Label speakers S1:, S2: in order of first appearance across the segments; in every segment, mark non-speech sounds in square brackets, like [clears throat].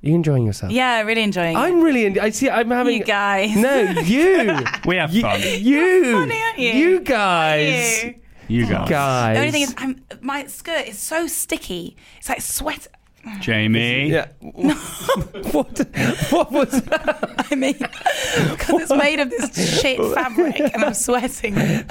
S1: You enjoying yourself?
S2: Yeah, really enjoying. it.
S1: I'm really. In- I see. I'm having.
S2: You guys.
S1: No, you.
S3: We have
S1: you,
S3: fun.
S1: You.
S2: funny, aren't you?
S1: guys.
S2: [laughs] You.
S3: You guys.
S1: Guys.
S2: The only thing is, I'm, my skirt is so sticky. It's like sweat. [laughs]
S3: Jamie.
S1: Yeah. [laughs] what? What was? That?
S2: I mean, because it's made of
S1: [laughs]
S2: this shit fabric, and I'm sweating.
S1: I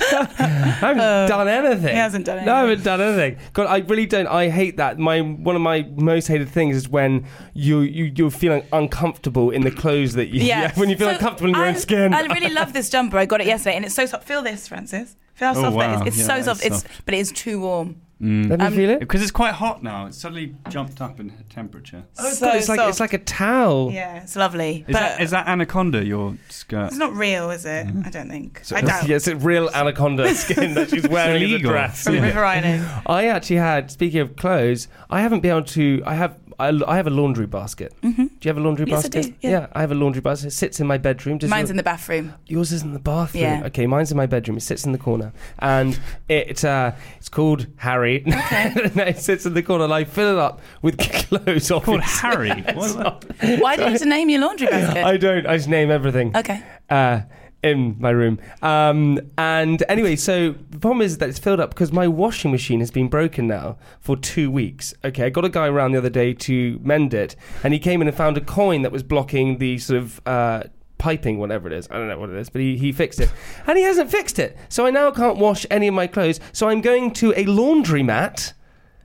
S1: haven't done anything.
S2: Uh, he hasn't done
S1: No, I
S2: anything.
S1: haven't done anything. God, I really don't. I hate that. My one of my most hated things is when you you you're feeling uncomfortable in the clothes that you. [laughs]
S2: Yeah.
S1: when you feel
S2: So
S1: uncomfortable in your
S2: I-
S1: own skin.
S2: I really love this jumper. I got it yesterday, and it's so soft. Feel this, Francis. Feel how
S3: Oh,
S2: soft
S3: wow.
S2: that is. It's
S3: Yeah,
S2: so
S3: that
S2: soft.
S3: is
S2: It's
S3: soft.
S2: but it is too warm.
S1: Let me feel it.
S3: Because it's quite hot now. It's suddenly jumped up in temperature.
S1: Oh,
S2: so
S1: God, it's like
S2: soft.
S1: it's like a towel.
S2: yeah, it's lovely.
S3: Is
S2: but
S3: that, Mm. is that anaconda your skirt?
S2: it's not real, is it? I don't think. I
S3: [laughs]
S1: [laughs]
S2: doubt.
S1: Yes, it's real anaconda skin that [laughs] she's wearing as a
S3: illegal.
S1: dress.
S2: From River Island.
S1: I actually had. Speaking of clothes, I haven't been able to. I have. I, I have a laundry basket. Mm-hmm. Do you have a laundry
S2: Yes, I
S1: basket?
S2: do, yeah.
S1: I have a laundry basket. It sits in my bedroom. Does
S2: Mine's
S1: your-
S2: in the bathroom.
S1: Yours is in the bathroom.
S2: Yeah.
S1: Okay, mine's in my bedroom. It sits in the corner, and it uh, it's called Harry. [laughs] No, it sits in the corner. and I fill it up with [laughs] clothes.
S3: called
S1: Obviously.
S3: [laughs] Harry. What?
S2: Why do you need to name your laundry
S3: [laughs]
S2: basket?
S1: I don't. I just name everything.
S2: Okay.
S1: Uh, in my room. Um, and anyway, so the problem is that it's filled up because my washing machine has been broken now for two weeks. Okay, I got a guy around the other day to mend it, and he came in and found a coin that was blocking the sort of. Uh, Piping, whatever it is. I don't know what it is, but he, he fixed it. And he hasn't fixed it. So I now can't wash any of my clothes. So I'm going to a laundromat,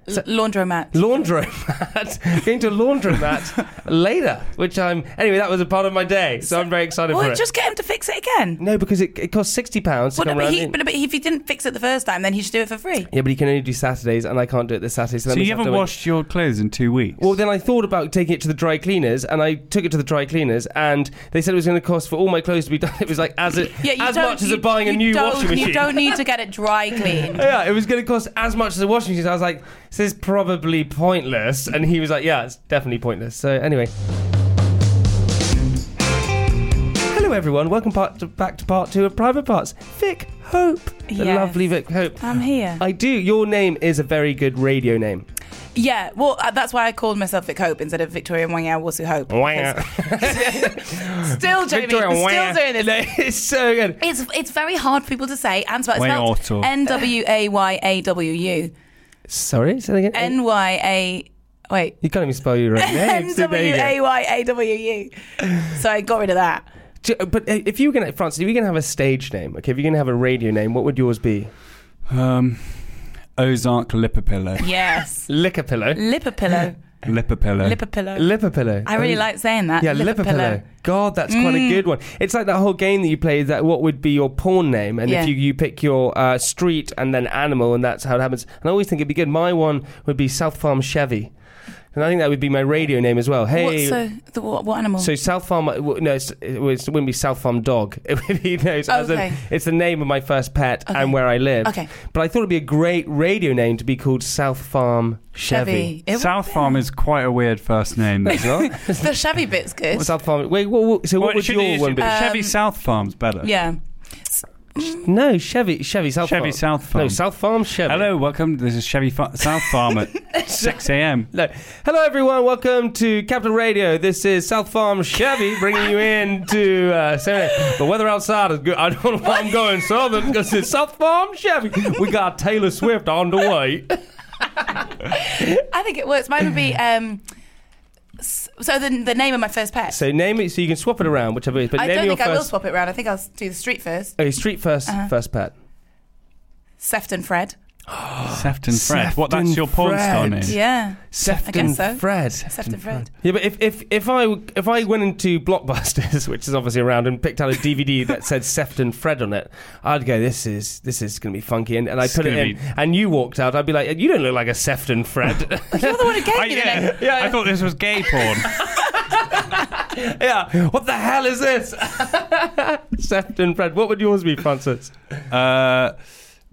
S2: L- laundromat.
S1: laundromat, [laughs] going to a
S2: [laughs]
S1: laundromat later, which I'm, anyway, that was a part of my day. So I'm very excited for
S2: well,
S1: it.
S2: just get him to fix it again.
S1: No, because it, it costs sixty pounds to
S2: Well, no,
S1: come
S2: but,
S1: round.
S2: he,
S1: in.
S2: but, but if he didn't fix it the first time, then he should do it
S1: [laughs]
S2: for free.
S1: yeah, but he can only do Saturdays, and I can't do it this Saturday. So, that
S3: So
S1: means
S3: you
S1: I have
S3: haven't
S1: to wait.
S3: washed your clothes in two weeks.
S1: Well, then I thought about taking it to the dry cleaners, and I took it to the dry cleaners, and they said it was going to cost for all my clothes to be [laughs] done. It was like as it,
S2: Yeah, you
S1: as
S2: don't-
S1: much as
S2: you-
S1: a buying a
S2: you
S1: new
S2: don't-
S1: washing machine.
S2: You don't need to get it dry
S1: [laughs]
S2: cleaned.
S1: yeah, it was going to cost as much as a washing machine. So I was like, this is probably pointless. And he was like, yeah, it's definitely pointless. So anyway. Hello, everyone. Welcome part to, back to part two of Private Parts. Vic Hope. The
S2: Yes.
S1: lovely Vic Hope.
S2: I'm here.
S1: I do. Your name is a very good radio name.
S2: yeah, well, uh, that's why I called myself Vic Hope instead of Victoria Wangao Wasu Hope.
S1: Wow. [laughs]
S2: Still, Jamie,
S1: Oh. Victoria
S2: we're
S1: Wang.
S2: still doing
S1: [laughs]
S2: this.
S1: it's so good.
S2: It's, it's very hard for people to say and spell. It's
S3: Wang
S2: spelled
S3: Otto.
S2: N-W-A-Y-A-W-U.
S1: Sorry, say that again.
S2: N-Y-A... Wait.
S1: you can't even spell your own name. so there you go.
S2: N-W-A-Y-A-W-U. So I got rid of that.
S1: Do- But uh, if you were going to, Francis, if you were going to have a stage name, okay, if you're going to have a radio name, what would yours be?
S3: um, Ozark Lipopillow.
S2: Yes.
S1: Liquor pillow.
S2: Lipper pillow.
S1: [laughs]
S3: Lipopillow.
S2: Lipper pillow.
S1: Lipper pillow. Oh,
S2: I really like saying that. Mm.
S1: Yeah,
S2: Lipper
S1: lipper pillow. God, that's quite a good one. It's like that whole game that you play. That what would be your porn name, and
S2: Yeah.
S1: if you, you pick your uh, street and then animal, and that's how it happens. And I always think it'd be good. My one would be South Farm Chevy, and I think that would be my radio name as well.
S2: What,
S1: Hey,
S2: so, the, what, what animal?
S1: So South Farm, uh, w- no, it's- it was- it wouldn't be South Farm Dog. [laughs] It would be, no, it's, as in-
S2: Okay.
S1: it's the name of my first pet and where I live.
S2: Okay.
S1: But I thought it'd be a great radio name to be called South Farm Chevy.
S2: It-
S3: South Farm is quite a weird
S1: [laughs]
S3: first name.
S1: It's
S2: [laughs]
S1: not?
S2: the Chevy bit's good.
S1: South Farm. Wait, what, what- so what
S3: Well,
S1: would
S3: should
S1: your
S3: it-
S1: one be? Um,
S3: Chevy South Farm's better.
S2: Yeah.
S1: no, Chevy, Chevy South
S3: Chevy
S1: Farm.
S3: South Farm.
S1: No, South Farm Chevy.
S3: Hello, welcome. This is Chevy Fa- South
S1: [laughs]
S3: Farm at 6 a.m.
S1: No. Hello, everyone. Welcome to Capital Radio. This is South Farm Chevy bringing you in to uh, Saturday. The weather outside is good. I don't know why I'm going southern because it's South Farm Chevy. We got Taylor Swift on the way.
S2: I think it works. Mine
S1: [clears throat]
S2: would be. Um, s- so the, the name of my first pet.
S1: So name it so you can swap it around, whichever it is. But
S2: I
S1: name
S2: don't
S1: your
S2: think I will
S1: first.
S2: swap it round. I think I'll s- do the street first.
S1: okay, street 1st first pet.
S2: Sefton Fred.
S3: Sefton Fred. What? That's your porn star
S1: Fred.
S3: name.
S2: Yeah.
S1: Sefton
S2: guess so.
S1: Fred.
S2: Sefton Fred.
S1: Yeah, but if, if, if I if I went into Blockbusters, [laughs] which is obviously around, and picked out a DVD that said Sefton Fred on it, I'd go, "This is this is going to be funky," and, and I
S3: It's
S1: put it
S3: gonna
S1: in,
S3: be-
S1: and you walked out. I'd be like, "You don't look like a Sefton [laughs] Fred."
S2: You're the one who gave
S3: I,
S2: me the name.
S3: yeah, I thought this was gay porn.
S2: [laughs]
S1: yeah, what the hell is this? [laughs] Sefton Fred. What would yours be, Francis?
S3: uh,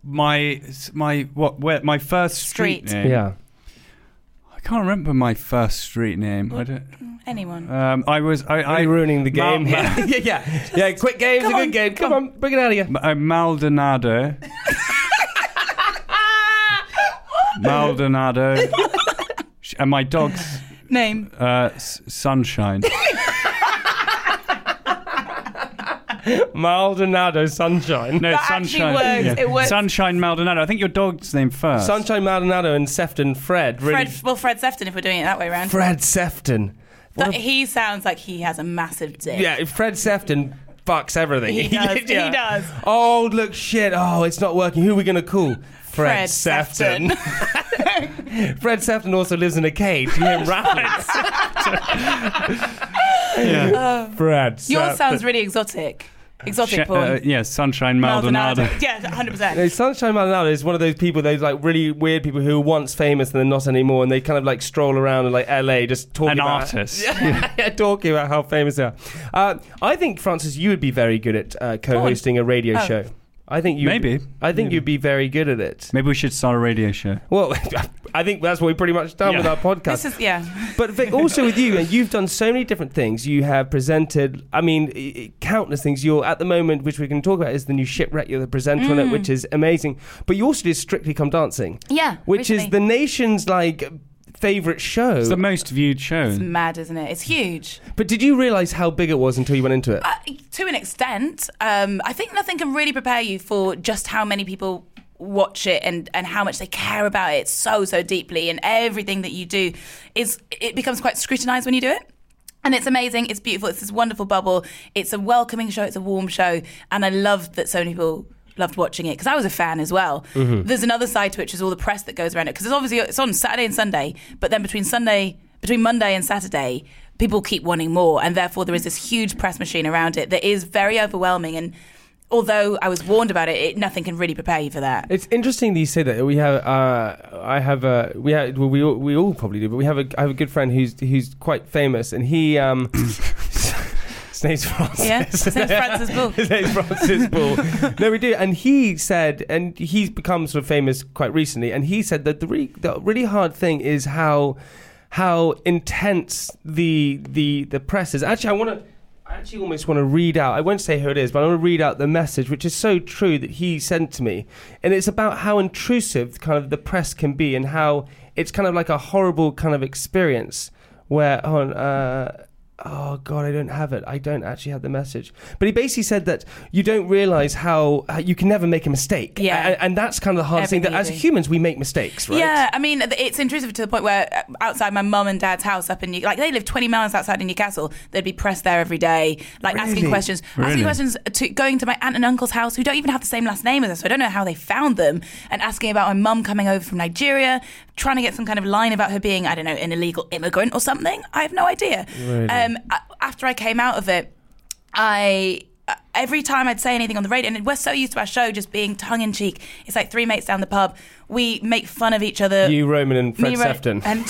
S3: my my what? Where, my first street,
S2: Street.
S3: name. I can't remember my first street name. I don't.
S2: Anyone.
S3: Um, I was I
S1: Are
S3: I,
S1: you ruining the
S3: Ma-
S1: game
S3: ma-
S1: here? [laughs] yeah, yeah, yeah. Quick game's
S2: Come
S1: a good
S2: on,
S1: game. Come,
S2: come
S1: on, bring it out of you.
S2: [laughs]
S3: uh, Maldonado. Maldonado. Sh- and my dog's
S2: name.
S3: uh, s-
S2: [laughs]
S3: sunshine.
S1: Maldonado Sunshine.
S3: No,
S2: That actually
S3: sunshine.
S2: works. It works.
S3: Sunshine Maldonado. I think your dog's name first.
S1: Sunshine Maldonado and Sefton Fred. Really,
S2: Fred, well, Fred Sefton, if we're doing it that way round.
S1: Fred Sefton.
S2: That- he sounds like he has a massive dick.
S1: Yeah, Fred Sefton fucks everything.
S2: He does,
S1: [laughs]
S2: he does.
S1: Oh, look, shit. Oh, it's not working. Who are we going to call? Fred,
S2: Fred Sefton.
S1: [laughs] Fred Sefton also lives in a cave. You hear him rapping.
S3: Yeah.
S1: Fred Sefton.
S2: Oh, Yours [laughs] sounds really exotic. Exotic
S3: Sh-
S2: porn.
S3: uh, yeah, Sunshine Maldonado.
S2: Maldonado. Yeah, 100%.
S1: No, Sunshine Maldonado is one of those people, those like really weird people who were once famous and they're not anymore, and they kind of like stroll around in like LA just talking
S3: An
S1: about
S3: artist.
S1: yeah, [laughs] yeah, talking about how famous they are. Uh, I think Francis, you would be very good at uh, co-hosting a radio
S2: Oh.
S1: show. I think you
S3: Maybe.
S1: I think
S3: Maybe.
S1: you'd be very good at it.
S3: Maybe we should start a radio show.
S1: Well, [laughs] I think that's what we pretty much done
S3: Yeah.
S1: with our podcast.
S2: This is, yeah.
S1: But Vic, also with you, and you've done so many different things. You have presented, I mean, i- i- countless things. You're at the moment, which we can talk about, is the new shipwreck. You're the presenter on
S2: Mm.
S1: it, which is amazing. But you also did Strictly Come Dancing,
S2: Yeah.
S1: which is the nation's like favorite show.
S3: It's the most viewed show.
S2: It's mad, isn't it? It's huge.
S1: but did you realize how big it was until you went into it?
S2: Uh, to an extent, um, I think nothing can really prepare you for just how many people watch it and, and how much they care about it so so deeply and everything that you do is it becomes quite scrutinized when you do it and it's amazing it's beautiful it's this wonderful bubble it's a welcoming show it's a warm show and i loved that so many people loved watching it because i was a fan as well there's another side to it which is all the press that goes around it because it's obviously it's on saturday and sunday but then between sunday between monday and saturday people keep wanting more and therefore there is this huge press machine around it that is very overwhelming and although I was warned about it, it nothing can really prepare you for that.
S1: It's interesting that you say that. We have, uh, I have a, we have, well, we all, we all probably do, but we have a, I have a good friend who's who's quite famous, and he, um, [coughs] [laughs] his name's Francis. [laughs]
S2: Yeah, his name's Francis Bull.
S1: his name's Francis Bull. no, we do, and he said, and he's become sort of famous quite recently, and he said that the really, the really hard thing is how how intense the the the press is. Actually, I want to. I actually almost want to read out. I won't say who it is, but I want to read out the message, which is so true that he sent to me, and it's about how intrusive kind of the press can be, and how it's kind of like a horrible kind of experience. Where hold on, uh, oh god, I don't have it. I don't actually have the message. But he basically said that you don't realize how uh, you can never make a mistake.
S2: Yeah.
S1: A- and, that's kind of the hardest thing.
S2: Everything
S1: That as
S2: you do.
S1: humans, we make mistakes, right?
S2: Yeah, I mean, it's intrusive to the point where uh, outside my mum and dad's house up in New, like they live 20 miles outside of Newcastle, there'd be press there every day, like
S1: Really?
S2: asking questions,
S3: Really?
S2: asking questions to going to my aunt and uncle's house who don't even have the same last name as us, so I don't know how they found them, and asking about my mum coming over from Nigeria, trying to get some kind of line about her being, I don't know, an illegal immigrant or something. I have no idea. Um, a- after I came out of it, I uh, every time I'd say anything on the radio, and we're so used to our show just being tongue in cheek. It's like three mates down the pub. We make fun of each other.
S1: You, Roman, and Fred
S2: Me, Ro-
S1: Sefton.
S2: and [laughs]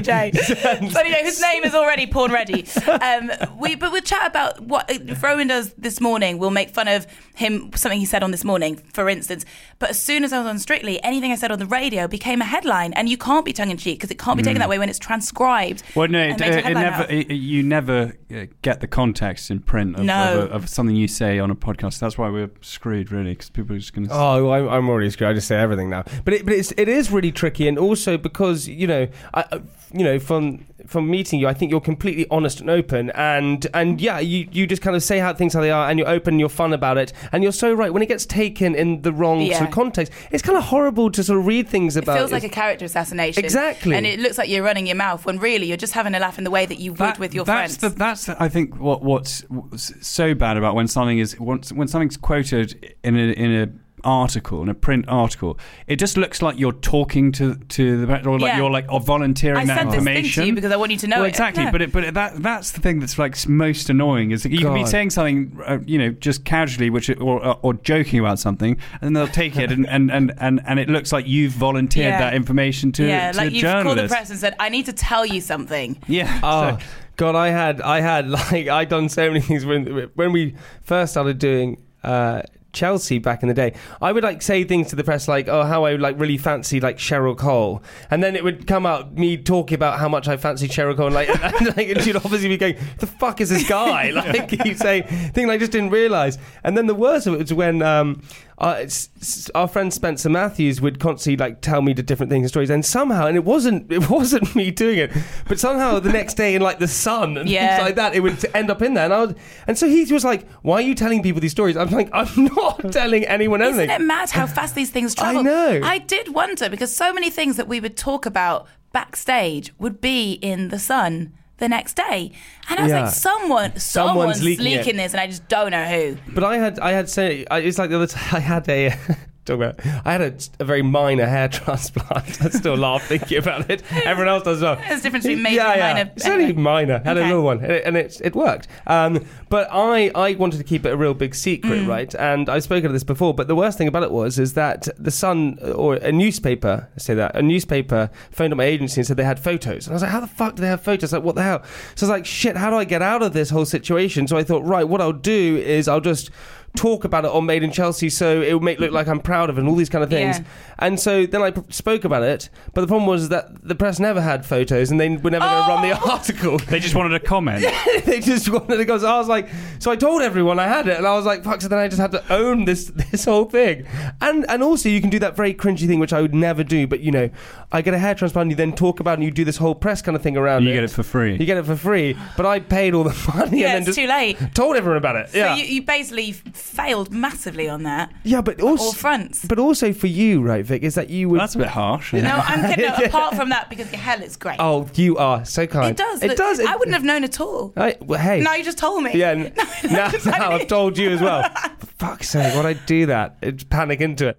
S1: [laughs]
S2: J. Sonny J, whose name is already porn ready. Um, we but we'll chat about what if Roman does this morning. We'll make fun of him something he said on this morning, for instance. But as soon as I was on Strictly, anything I said on the radio became a headline, and you can't be tongue in cheek because it can't be
S1: Hmm.
S2: taken that way when it's transcribed.
S3: Well, no,
S2: and
S3: it, uh,
S2: makes a
S3: it, it
S2: headline out
S3: never.
S2: of.
S3: It, you never uh, get the context in print of,
S2: No.
S3: of, a, of something you say on a podcast. That's why we're screwed, really, because people are just going to.
S1: Oh, I'm, I'm already screwed. I just say everything now. But it, but it's, it is really tricky, and also because you know, I, I- you know, from from meeting you, I think you're completely honest and open, and and yeah, you, you just kind of say how things how they are, and you're open, you're fun about it, and you're so right. When it gets taken in the wrong
S2: Yeah.
S1: sort of context, it's kind of horrible to sort of read things
S2: It
S1: about.
S2: feels like a character assassination.
S1: Exactly.
S2: And it looks like you're running your mouth when really you're just having a laugh in the way that you would
S3: That-
S2: with your
S3: that's
S2: friends.
S3: The, that's the, I think what what's, what's so bad about when something is once when something's quoted in a in a article, in a print article, it just looks like you're talking to to the or like
S2: Yeah.
S3: you're like or volunteering
S2: I
S3: that
S2: sent this thing
S3: information.
S2: to you because I want you to know
S3: well,
S2: it.
S3: exactly, but it, but that that's the thing that's like s- most annoying is that you can be
S1: God.
S3: saying something, uh, you know, just casually, which or, uh, or, or joking about something, and then they'll take it and, and, and, and, and it looks like you've volunteered
S2: Yeah.
S3: that information to,
S2: yeah,
S3: to
S2: like
S3: the
S2: you
S3: journalist.
S2: called the press and said, "I need to tell you something."
S1: [laughs]
S3: Yeah.
S1: Oh,
S3: so-
S1: God, I had, I had, [laughs] like, I done so many things when when we first started doing uh, Chelsea back in the day. I would like say things to the press like, "Oh, how I like really fancy like Cheryl Cole," and then it would come out me talking about how much I fancy Cheryl Cole, and like, [laughs] and, like and she'd obviously be going, "The fuck is this guy?" [laughs] Like you say, thing I just didn't realize. And then the worst of it was when. Um, uh, s- s- our friend Spencer Matthews would constantly like tell me the different things and stories, and somehow, and it wasn't [laughs] it wasn't me doing it, but somehow the next day in like the sun and
S2: Yeah.
S1: things like that, it would end up in there. And I would, and so he was like, "Why are you telling people these stories?" I'm like, "I'm [laughs]
S2: [laughs]
S1: not telling anyone anything."
S2: Isn't it mad how fast these things
S1: I
S2: travel?
S1: know.
S2: I did wonder because so many things that we would talk about backstage would be in the sun the next day, and I was
S1: Yeah.
S2: like, someone, someone's,
S1: leaking
S2: leaking,
S1: it.
S2: this, and I just don't know who.
S1: But I had, I had say, I, it's like the other time [laughs] I had a. Talking about, I had a, a very minor hair [laughs] transplant. I still laugh thinking about
S2: [laughs]
S1: it. Everyone else does as well.
S2: There's a difference between major
S1: yeah,
S2: and
S1: yeah.
S2: minor.
S1: It's only
S2: Anyway.
S1: minor. Had a
S2: Okay.
S1: little one, and it, and it's- it worked. Um, but I, I wanted to keep it a real big
S2: Mm.
S1: secret, right? And I've spoken of this before. But the worst thing about it was is that the Sun or a newspaper, I say that a newspaper phoned up my agency and said they had photos, and I was like, how the fuck do they have photos? Like, what the hell? So I was like, shit, how do I get out of this whole situation? So I thought, right, what I'll do is I'll just talk about it on Made in Chelsea, so it would make look like I'm proud of it and all these kind of things.
S2: Yeah.
S1: And so then I p- spoke about it, but the problem was that the press never had photos and they were never going to run
S2: Oh.
S1: the [laughs] article.
S3: They just wanted a
S2: [laughs]
S3: comment.
S1: they just wanted to go. So I was like, so I told everyone I had it, and I was like, fuck. So then I just had to own this [laughs] this whole thing. And and also you can do that very cringy thing, which I would never do. But you know, I get a hair transplant, and you then talk about, it and you do this whole press kind of thing around.
S3: you get it for free.
S1: You get it for free, but I paid all the [laughs] money and
S2: Yeah,
S1: then
S2: it's
S1: just
S2: too late.
S1: told everyone about it. yeah,
S2: So you, you basically failed massively on that,
S1: yeah, but
S2: all
S1: also,
S2: fronts.
S1: but also for you, right, Vic, is that you would.
S3: That's a bit harsh.
S2: No, I'm
S1: [laughs]
S2: kidding. No, Apart from that, because your hair looks great.
S1: oh, you are so kind.
S2: it does.
S1: It
S2: look-
S1: does.
S2: I wouldn't have known at all.
S1: I, well, hey.
S2: No, you just told
S1: [laughs]
S2: me. [laughs]
S1: Yeah, n- now, now I've told you as well. For fuck's sake, why'd I do that? It's panic into it.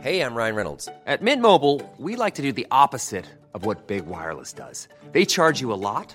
S4: Hey, I'm Ryan Reynolds. At Mint Mobile, we like to do the opposite of what Big Wireless does. They charge you a lot,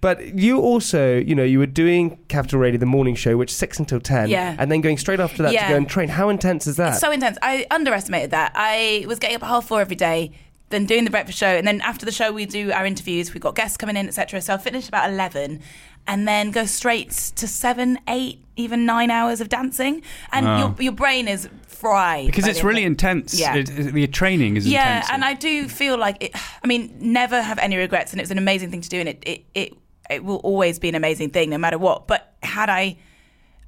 S1: But you also, you know, you were doing Capital Radio, the morning show, which is six until ten,
S2: Yeah.
S1: and then going straight after that
S2: Yeah.
S1: to go and train. How intense is that?
S2: so intense. I underestimated that. I was getting up at half four every day, then doing the breakfast show, and then after the show we do our interviews. We've got guests coming in, etc. So I finished about eleven, and then go straight to seven, eight, even nine hours of dancing, and your, your brain is fried
S3: because
S2: by
S3: it's
S2: the end
S3: really
S2: of it.
S3: intense.
S2: Yeah.
S3: It, it- the training is
S2: Yeah,
S3: intense.
S2: and I do feel like it. I mean, never have any regrets, and it was an amazing thing to do, and it it it, it will always be an amazing thing, no matter what. But had I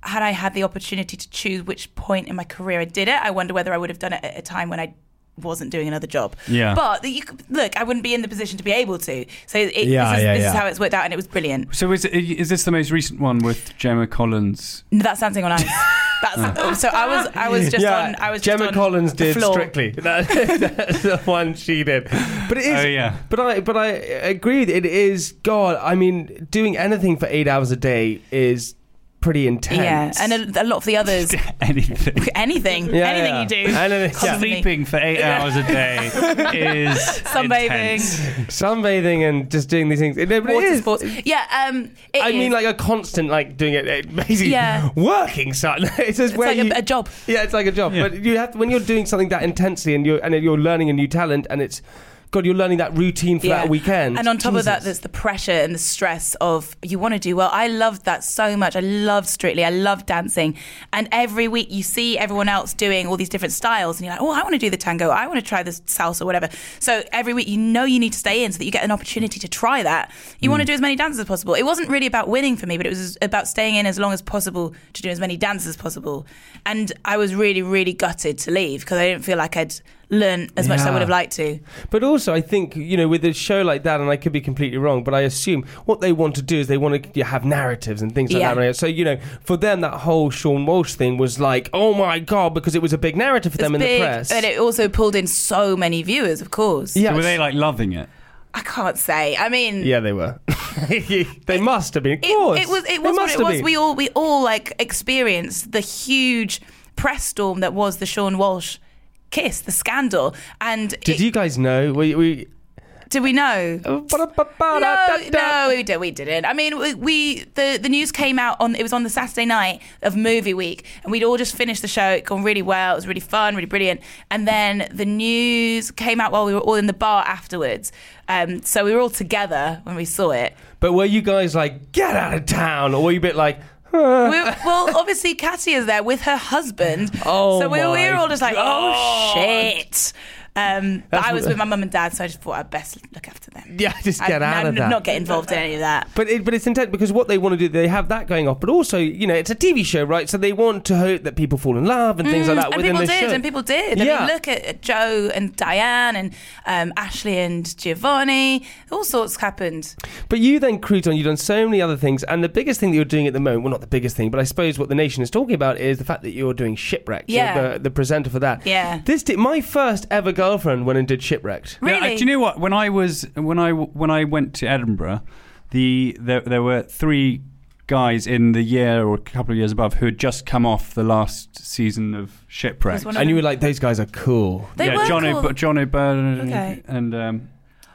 S2: had I had the opportunity to choose which point in my career I did it, I wonder whether I would have done it at a time when I wasn't doing another job.
S3: Yeah.
S2: But that you could, look, I wouldn't be in the position to be able to. So it,
S3: Yeah,
S2: this, is,
S3: yeah,
S2: this is
S3: yeah.
S2: how it's worked out, and it was brilliant.
S3: So is is this the most recent one with Gemma Collins?
S2: No, That's dancing on ice. That's, So I was I was just on I was
S1: Gemma
S2: just on
S1: Collins
S2: the
S1: did
S2: floor.
S1: strictly. [laughs] That- that's the one she did. But it is.
S3: Oh, yeah.
S1: But I but I agree. with you. It is God. I mean, doing anything for eight hours a day is pretty
S2: Yeah,
S1: intense.
S2: and a, a lot of the others.
S3: [laughs] Anything.
S2: [laughs] anything,
S1: Yeah,
S2: anything
S1: yeah.
S2: you do,
S1: Anything, yeah.
S2: constantly.
S3: Sleeping for eight hours a
S2: [laughs]
S3: day is
S2: sunbathing,
S3: intense.
S1: sunbathing and just doing these things. It, but it
S2: water
S1: is.
S2: sports. Yeah, um, it
S1: I
S2: is.
S1: mean, like a constant, like doing it, it basically
S2: Yeah.
S1: [laughs] working. So it's just
S2: it's
S1: where
S2: like
S1: you-
S2: a, a job.
S1: Yeah, it's like a job.
S3: Yeah.
S1: But you have when you're doing something that intensely and you're and you're learning a new talent and it's God, you're learning that routine for
S2: yeah.
S1: that weekend.
S2: And on top of that,
S1: Jesus.
S2: there's the pressure and the stress of you want to do well. I loved that so much. I loved Strictly. I loved dancing. And every week you see everyone else doing all these different styles, and you're like, oh, I want to do the tango. I want to try this salsa, whatever. So every week you know you need to stay in so that you get an opportunity to try that. You
S1: Mm.
S2: want to do as many dances as possible. It wasn't really about winning for me, but it was about staying in as long as possible to do as many dances as possible. And I was really, really gutted to leave because I didn't feel like I'd learn as much as I would have
S1: Yeah.
S2: liked to.
S1: But also, I think you know, with a show like that, and I could be completely wrong, but I assume what they want to do is they want to have narratives and things like
S2: Yeah.
S1: that. right? So you know, for them, that whole Sean Walsh thing was like, oh my god, because it was a big narrative for them in the press.
S2: but it also pulled in so many viewers, of course.
S1: yeah,
S3: So were they like loving it?
S2: I can't say. I mean,
S1: yeah, they were. [laughs] they must have been. Of
S2: it,
S1: course,
S2: it was
S1: They
S2: it was what
S1: must
S2: it
S1: have
S2: was.
S1: been.
S2: We all we all like experienced the huge press storm that was the Sean Walsh kiss, the scandal. And
S1: Did
S2: it-
S1: you guys know? We, we
S2: did we know? No, no,
S1: no,
S2: we, did, we didn't. I mean, we, we the the news came out on it was on the Saturday night of movie week, and we'd all just finished the show. It gone really well. It was really fun, really brilliant. And then the news came out while we were all in the bar afterwards. Um, so we were all together when we saw it.
S1: But were you guys like, get out of town, or were you a bit like,
S2: [laughs]
S1: huh? [laughs]
S2: We were- well, obviously Katya's there with her husband.
S1: Oh
S2: so we, were- we
S1: my
S2: were all just like,
S1: God.
S2: oh shit. Um, but
S1: That's
S2: I was
S1: what-
S2: with my mum and dad, so I just thought I'd best look after them.
S1: Yeah, just
S2: I-
S1: get out
S2: no,
S1: of that.
S2: Not get involved in any of that.
S1: But it, but it's intent because what they want to do, they have that going off. But also, you know, it's a TV show, right? So they want to hope that people fall in love and things like that
S2: Mm, And
S1: within
S2: people
S1: the
S2: did,
S1: show.
S2: and people did. I
S1: Yeah.
S2: mean, look at at Joe and Diane and um, Ashley and Giovanni. All sorts happened.
S1: But you then crewed on. You've done so many other things, and the biggest thing that you're doing at the moment, well, not the biggest thing, but I suppose what the nation is talking about is the fact that you're doing Shipwrecked. You're
S2: Yeah.
S1: the, the presenter for that.
S2: Yeah.
S1: This did my first ever girlfriend went and did Shipwrecked.
S3: Yeah, I-
S2: Really?
S3: do you know what? When I was when I when I went to Edinburgh, the there, there were three guys in the year or a couple of years above who had just come off the last season of Shipwreck.
S2: Was one of
S1: And you
S2: them-
S1: were like, those guys are cool.
S2: They
S3: yeah,
S2: were
S3: John,
S2: cool.
S3: O'B- John O'Byrne
S2: Okay.
S3: and um,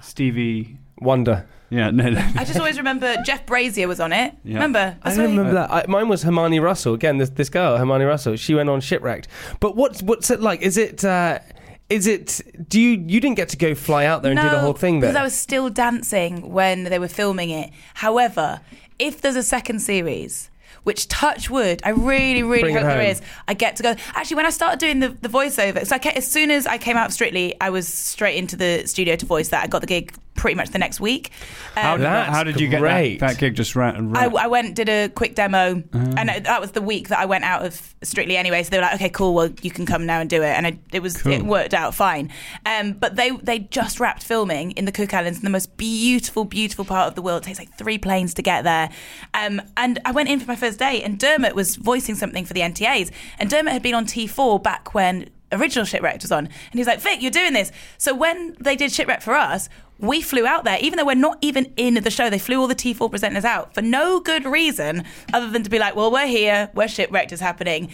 S3: Stevie.
S1: Wonder.
S3: Yeah, no, no.
S2: I just always remember Jeff Brazier was on it.
S3: Yeah.
S2: Remember?
S1: I
S2: That's
S1: don't
S2: what he-
S1: remember that. I, mine was Hermione Russell again. This this girl, Hermione Russell. She went on shipwrecked. But what's what's it like? Is it uh, is it? Do you you didn't get to go fly out there and do the whole thing? There.
S2: Because I was still dancing when they were filming it. However, if there's a second series, which touch wood, I really, really
S1: Bring it
S2: hope there
S1: home.
S2: is, I get to go. Actually, when I started doing the, the voiceover, so I ca- as soon as I came out of Strictly, I was straight into the studio to voice that. I got the gig pretty much the next week. Um,
S3: [laughs] how did, that,
S1: That's
S3: how did you get
S1: great.
S3: that, that gig? Just ran.
S2: I,
S3: ran.
S2: I went did a quick demo, and it- that was the week that I went out of Strictly anyway. So they were like, "Okay, cool. Well, you can come now and do it." And I, it was it worked out fine. Um, but they they just wrapped filming in the Cook Islands, in the most beautiful, beautiful part of the world. It takes like three planes to get there. Um, and I went in for my first day, and Dermot was voicing something for the NTAs, and Dermot had been on T4 back when original Shipwrecked was on. And he was like, Vic, you're doing this. So when they did Shipwreck for us, we flew out there, even though we're not even in the show. They flew all the T4 presenters out for no good reason other than to be like, well, we're here, we're Shipwrecked is happening.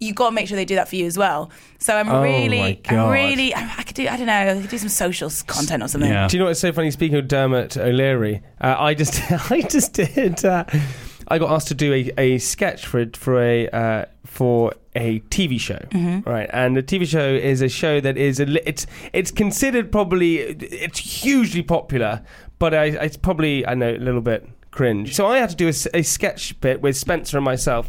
S2: You got to make sure they do that for you as well. So I'm
S1: Oh my
S2: really,
S1: God.
S2: I'm really, I I could do, I don't know, I could do some social s- content or something.
S3: Yeah.
S1: Do you know what's so funny? Speaking of Dermot O'Leary, uh, I just [laughs] I just did. Uh, I got asked to do a, a sketch for a- for a uh, for a TV show,
S2: Mm-hmm.
S1: right? And the TV show is a show that is a, li- it's it's considered probably it's hugely popular, but I, it's probably I know a little bit cringe. So I had to do a, s- a sketch bit with Spencer and myself.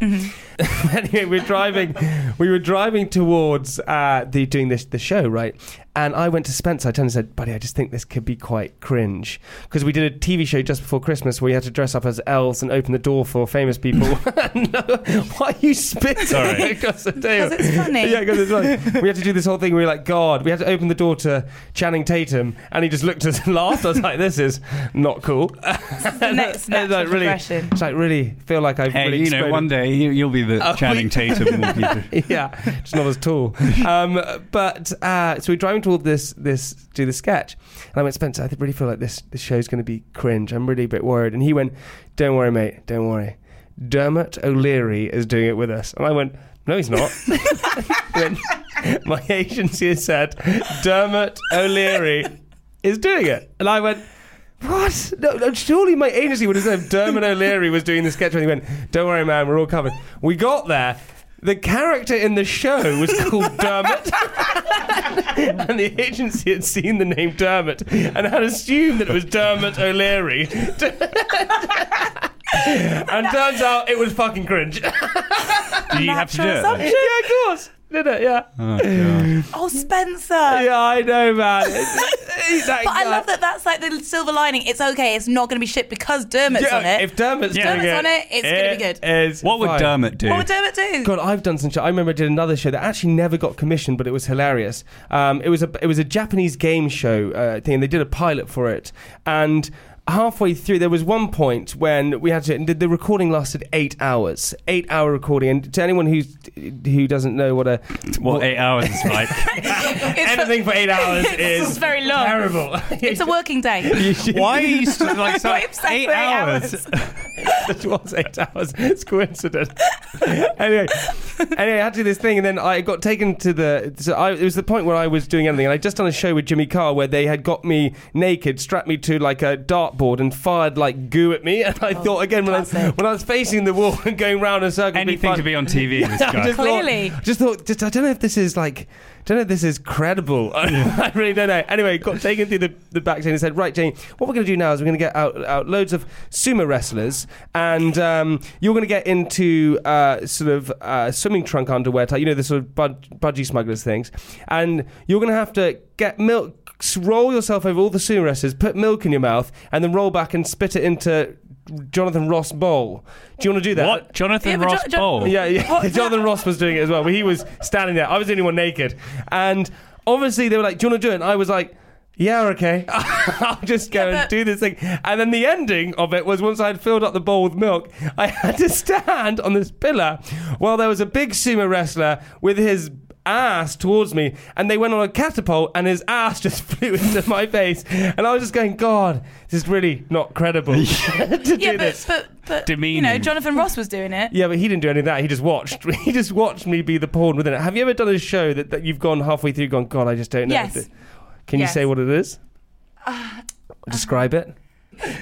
S1: [laughs]
S2: Mm-hmm.
S1: anyway, we're driving, we were driving towards uh, the doing this the show, right? And I went to Spencer. I turned and said, "Buddy, I just think this could be quite cringe because we did a TV show just before Christmas where you had to dress up as elves and open the door for famous
S2: [laughs]
S1: people." [laughs] No, why are you spitting? [laughs]
S3: Sorry.
S1: Because it's
S2: it's funny.
S1: Yeah, because it's funny. we had to do this whole thing. Where we were like, "God," we had to open the door to Channing Tatum, and he just looked at us and laughed. I was like, "This is not cool."
S2: The [laughs] next
S1: It's
S2: natural
S1: like really,
S2: progression.
S1: it's like really feel like I've
S3: hey,
S1: really Oh,
S3: you know,
S1: exploded.
S3: one day you, you'll be the
S1: [laughs]
S3: Channing Tatum. won't you?
S1: yeah, it's not as
S3: [laughs]
S1: tall. Um, but uh, so we're driving toward this this do the sketch, and I went Spencer. I really feel like this this show's going to be cringe. I'm really a bit worried. And he went, "Don't worry, mate. Don't worry. Dermot O'Leary is doing it with us." And I went, "No, he's not." [laughs] He went, [laughs] My agency has said Dermot O'Leary is doing it, and I went. What? No, no, surely my agency would have said if Dermot O'Leary was doing the sketch when he went, Don't worry, man, we're all covered. We got there. The character in the show was called Dermot. [laughs] and the agency had seen the name Dermot and had assumed that it was Dermot O'Leary. [laughs] and turns out it was fucking cringe. yeah,
S3: Do you have to do
S2: Natural
S3: it?
S2: assumption.
S1: of course. [laughs] Did it? Yeah.
S3: Oh, God.
S2: Oh,
S1: [laughs]
S2: Spencer.
S1: Yeah, I know, man. It's, hate that
S2: But I
S1: guy.
S2: love that that's like the silver lining. It's okay. It's not going to be shit because Dermot's on it.
S1: If Dermot's
S3: Yeah.
S1: doing it,
S2: on
S3: Dermot's
S2: it, it's gonna be good.
S1: is
S3: What would
S1: fine.
S3: Dermot do?
S2: what would Dermot do?
S1: God, I've done some. Show. I remember I did another show that actually never got commissioned, but it was hilarious. Um, it was a it was a Japanese game show uh, thing. and They did a pilot for it, and halfway through there was one point when we had to. and The, the recording lasted eight hours, eight hour recording. And to anyone who who doesn't know what a
S3: what eight hours is
S2: [laughs]
S3: like?
S2: [laughs] It's-
S1: anything for eight hours
S2: [laughs] This
S1: is
S2: is very long.
S1: Terrible. [laughs]
S2: It's a working day.
S3: Why are [laughs] you still,
S2: [laughs]
S3: like so,
S2: Why are you obsessed
S3: eight
S2: with eight
S3: hours?
S2: hours?
S1: [laughs] it was eight hours. It's coincidence. [laughs] anyway, anyway, I had to do this thing, and then I got taken to the. So I, it was the point where I was doing anything, and I'd just done a show with Jimmy Carr where they had got me naked, strapped me to like a dartboard, and fired like goo at me. [laughs] And I thought again when I, was,
S2: classic.
S1: when I was facing the wall [laughs] and going round in circles, it'd
S3: Anything
S1: fun.
S3: to be on TV. This
S1: I
S3: guy.
S1: just thought-
S2: Clearly.
S1: just thought, just I don't know if this is like, don't know if this is credible. [laughs] I really don't know. Anyway, got taken through the, the back chain and said, right, Jane, what we're going to do now is we're going to get out, out loads of sumo wrestlers, and um, you're going to get into uh, sort of uh, swimming trunk underwear type, you know, the sort of bud- budgie smugglers things, and you're going to have to get milk. s- Roll yourself over all the sumo wrestlers, put milk in your mouth, and then roll back and spit it into Jonathan Ross Bowl. Do you want to do that?
S3: What
S2: Yeah,
S3: Jonathan
S2: but Jo-
S3: Ross
S2: Jo-
S3: Bowl?
S1: Yeah, yeah. [laughs]
S2: What-
S1: Jonathan Ross was doing it as well, but he was standing there. I was the only one naked. And obviously they were like, Do you want to do it? And I was like, Yeah, okay. [laughs] I'll just go
S2: Yeah,
S1: and
S2: but-
S1: do this thing. And then the ending of it was once I had filled up the bowl with milk, I [laughs] had to stand on this pillar while there was a big sumo wrestler with his ass towards me and they went on a catapult and his ass [laughs] just flew into my face and I was just going God this is really not credible [laughs] to do
S2: yeah,
S1: this
S2: but, but but you know,
S3: Demeaning.
S2: Jonathan Ross was doing
S3: [laughs]
S2: it.
S1: yeah, but he didn't do any of that. He just watched. [laughs] He just watched me be the pawn within it. Have you ever done a show that, that you've gone halfway through, gone, God, I just don't know. if
S2: Yes.
S1: it-" Can
S2: Yes. Uh,
S1: you say what it is? Describe
S2: [laughs]
S1: it.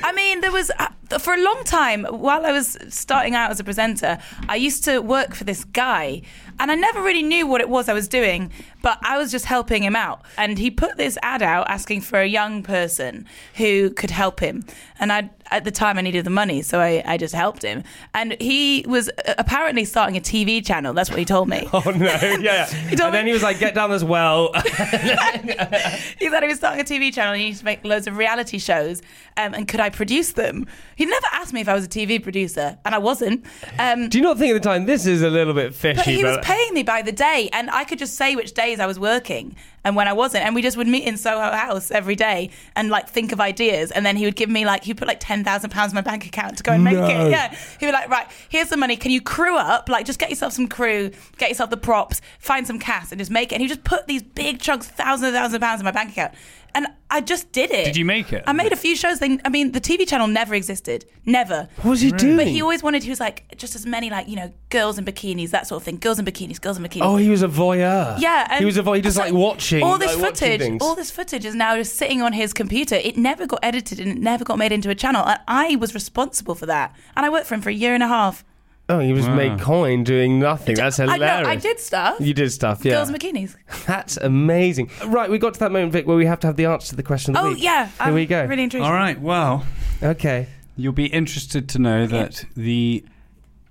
S2: I mean, there was uh, for a long time while I was starting out as a presenter, I used to work for this guy, and I never really knew what it was I was doing, but I was just helping him out. And he put this ad out asking for a young person who could help him, and I at the time I needed the money, so I, I just helped him. And he was uh, apparently starting a TV channel. That's what he told me.
S1: Oh no! Yeah. [laughs] yeah. and
S2: don't
S1: then
S2: mean-
S1: he was like, "Get down this well." [laughs]
S2: [laughs] he said he was starting a TV channel and he used to make loads of reality shows. Um, and could I produce them? He never asked me if I was a TV producer, and I wasn't. Um,
S1: do you not think at the time this is a little bit fishy?
S2: but he was
S1: but-
S2: paying me by the day, and I could just say which days I was working and when I wasn't. And we just would meet in Soho House every day and like think of ideas. And then he would give me like, he put like £10,000 in my bank account to go and make
S1: No.
S2: it. Yeah. He would like, right, here's the money. Can you crew up? Like, just get yourself some crew, get yourself the props, find some cast, and just make it. And he just put these big chunks, thousands and thousands of pounds in my bank account. And I just did it.
S3: Did you make it?
S2: I made a few shows. They, I mean, the TV channel never existed. Never.
S1: What was he doing?
S2: But he always wanted. He was like just as many like you know girls in bikinis that sort of thing. Girls in bikinis. Girls in bikinis.
S1: oh, he was a voyeur.
S2: yeah.
S1: he was a voyeur. He just
S2: so
S1: like watching
S2: all this
S1: like, watching
S2: footage.
S1: things.
S2: all this footage is now just sitting on his computer. It never got edited and it never got made into a channel. And I was responsible for that. And I worked for him for a year and a half.
S1: oh, he was made coin doing nothing. That's
S2: I
S1: hilarious.
S2: know. I did stuff.
S1: You did stuff. Yeah.
S2: Girls in bikinis.
S1: That's amazing. Right, we got to that moment, Vic, where we have to have the answer to the question of the
S2: Oh
S1: week.
S2: yeah.
S1: Here we go.
S2: Really intrigued.
S3: All right. Well,
S1: Okay.
S3: you'll be interested to know that the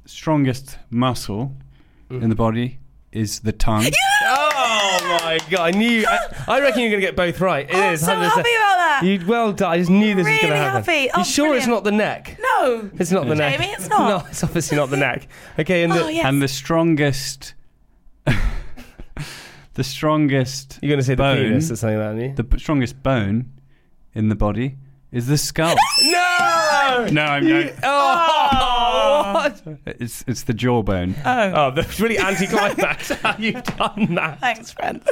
S3: strongest muscle in the body is the tongue.
S1: Oh my god! I knew. I, I reckon you're going to get both right. It is.
S2: I'm Oh, so
S1: 100%.
S2: happy about that.
S1: You well done. I just knew this was going to
S2: Really
S1: happen.
S2: happy. Oh,
S1: you sure it's
S2: brilliant.
S1: not the neck? [laughs]
S2: No.
S1: It's not the neck.
S2: Jamie, it's
S1: [laughs]
S2: not.
S1: No, it's obviously not the neck. Okay, and the,
S2: Oh yes.
S3: And the strongest, [laughs] the strongest,
S1: you're going to say the
S3: Bone.
S1: penis or something, aren't you?
S3: the b- strongest bone in the body is
S2: [laughs]
S3: the skull.
S1: no.
S3: no, I'm no,
S1: Oh, what?
S3: it's it's the jawbone.
S1: Oh, that's really anticlimax. [laughs] How you've done that,
S2: Thanks, friends.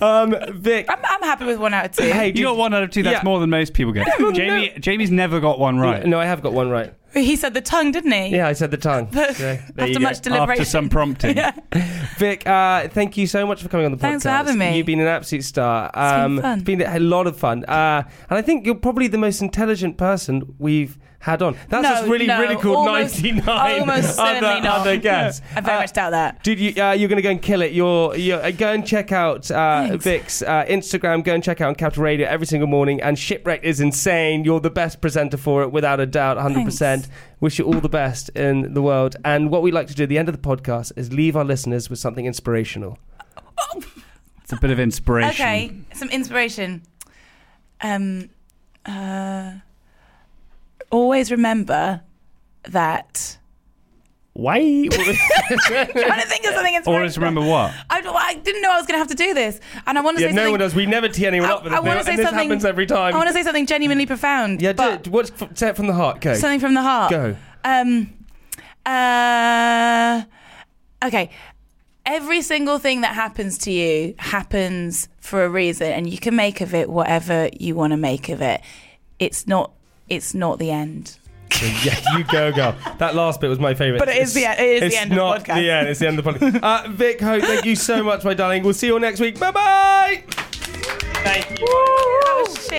S2: I'm,
S1: um, Vic?
S2: I'm happy with one out of two.
S1: Hey,
S3: You got one out of two. That's
S1: Yeah.
S3: more than most people get. Jamie, Jamie's never got one right.
S1: No, I have got one right.
S2: He said the tongue, didn't he?
S1: Yeah, I said the tongue.
S2: [laughs] But
S1: So, there you
S2: after
S1: go.
S2: much deliberation. [laughs]
S3: After some prompting,
S1: Vic, uh, thank you so much for coming on the podcast.
S2: Thanks for having me.
S1: You've been an absolute star.
S2: been fun.
S1: it's been a lot of fun. Uh, and I think you're probably the most intelligent person we've had on. That's
S2: No,
S1: just really,
S2: no,
S1: really cool.
S2: almost-
S1: 99 [laughs]
S2: almost
S1: other,
S2: certainly not.
S1: other
S2: [laughs]
S1: guests.
S2: I very
S1: Uh,
S2: much doubt that.
S1: Dude, you, uh, you're going to go and kill it. You're, you're uh, go and check out uh,
S2: Thanks.
S1: Vic's uh, Instagram. Go and check out Capital Radio every single morning. And Shipwreck is insane. You're the best presenter for it, without a doubt, 100. percent Wish you all the best in the world. And what we like to do at the end of the podcast is leave our listeners with something inspirational.
S3: it's a bit of inspiration.
S2: Okay, some inspiration. um, uh, always remember that.
S1: Why?
S2: trying to think of something. inspirational.
S3: Always remember what?
S2: I, well, I didn't know I was going to have to do this, and I want to
S1: yeah,
S2: say
S1: no
S2: something.
S1: one does. We never tee anyone
S2: I,
S1: up with this.
S2: want
S1: thing,
S2: to say
S1: and this
S2: something.
S1: happens every time.
S2: I want to say something genuinely profound.
S1: yeah,
S2: but
S1: do, what's f- say it from the heart? Go.
S2: something from the heart.
S1: Go.
S2: Um, uh, okay. Every single thing that happens to you happens for a reason, and you can make of it whatever you want to make of it. It's not. It's not the end.
S1: yeah, you go, girl. That last bit was my favourite.
S2: But it is the end- it is the
S1: it's
S2: end of the
S1: not
S2: podcast.
S1: The end. It's the end of the podcast. Uh, Vic Hope, thank you so much, my darling. We'll see you all next week. Bye bye. Thank you.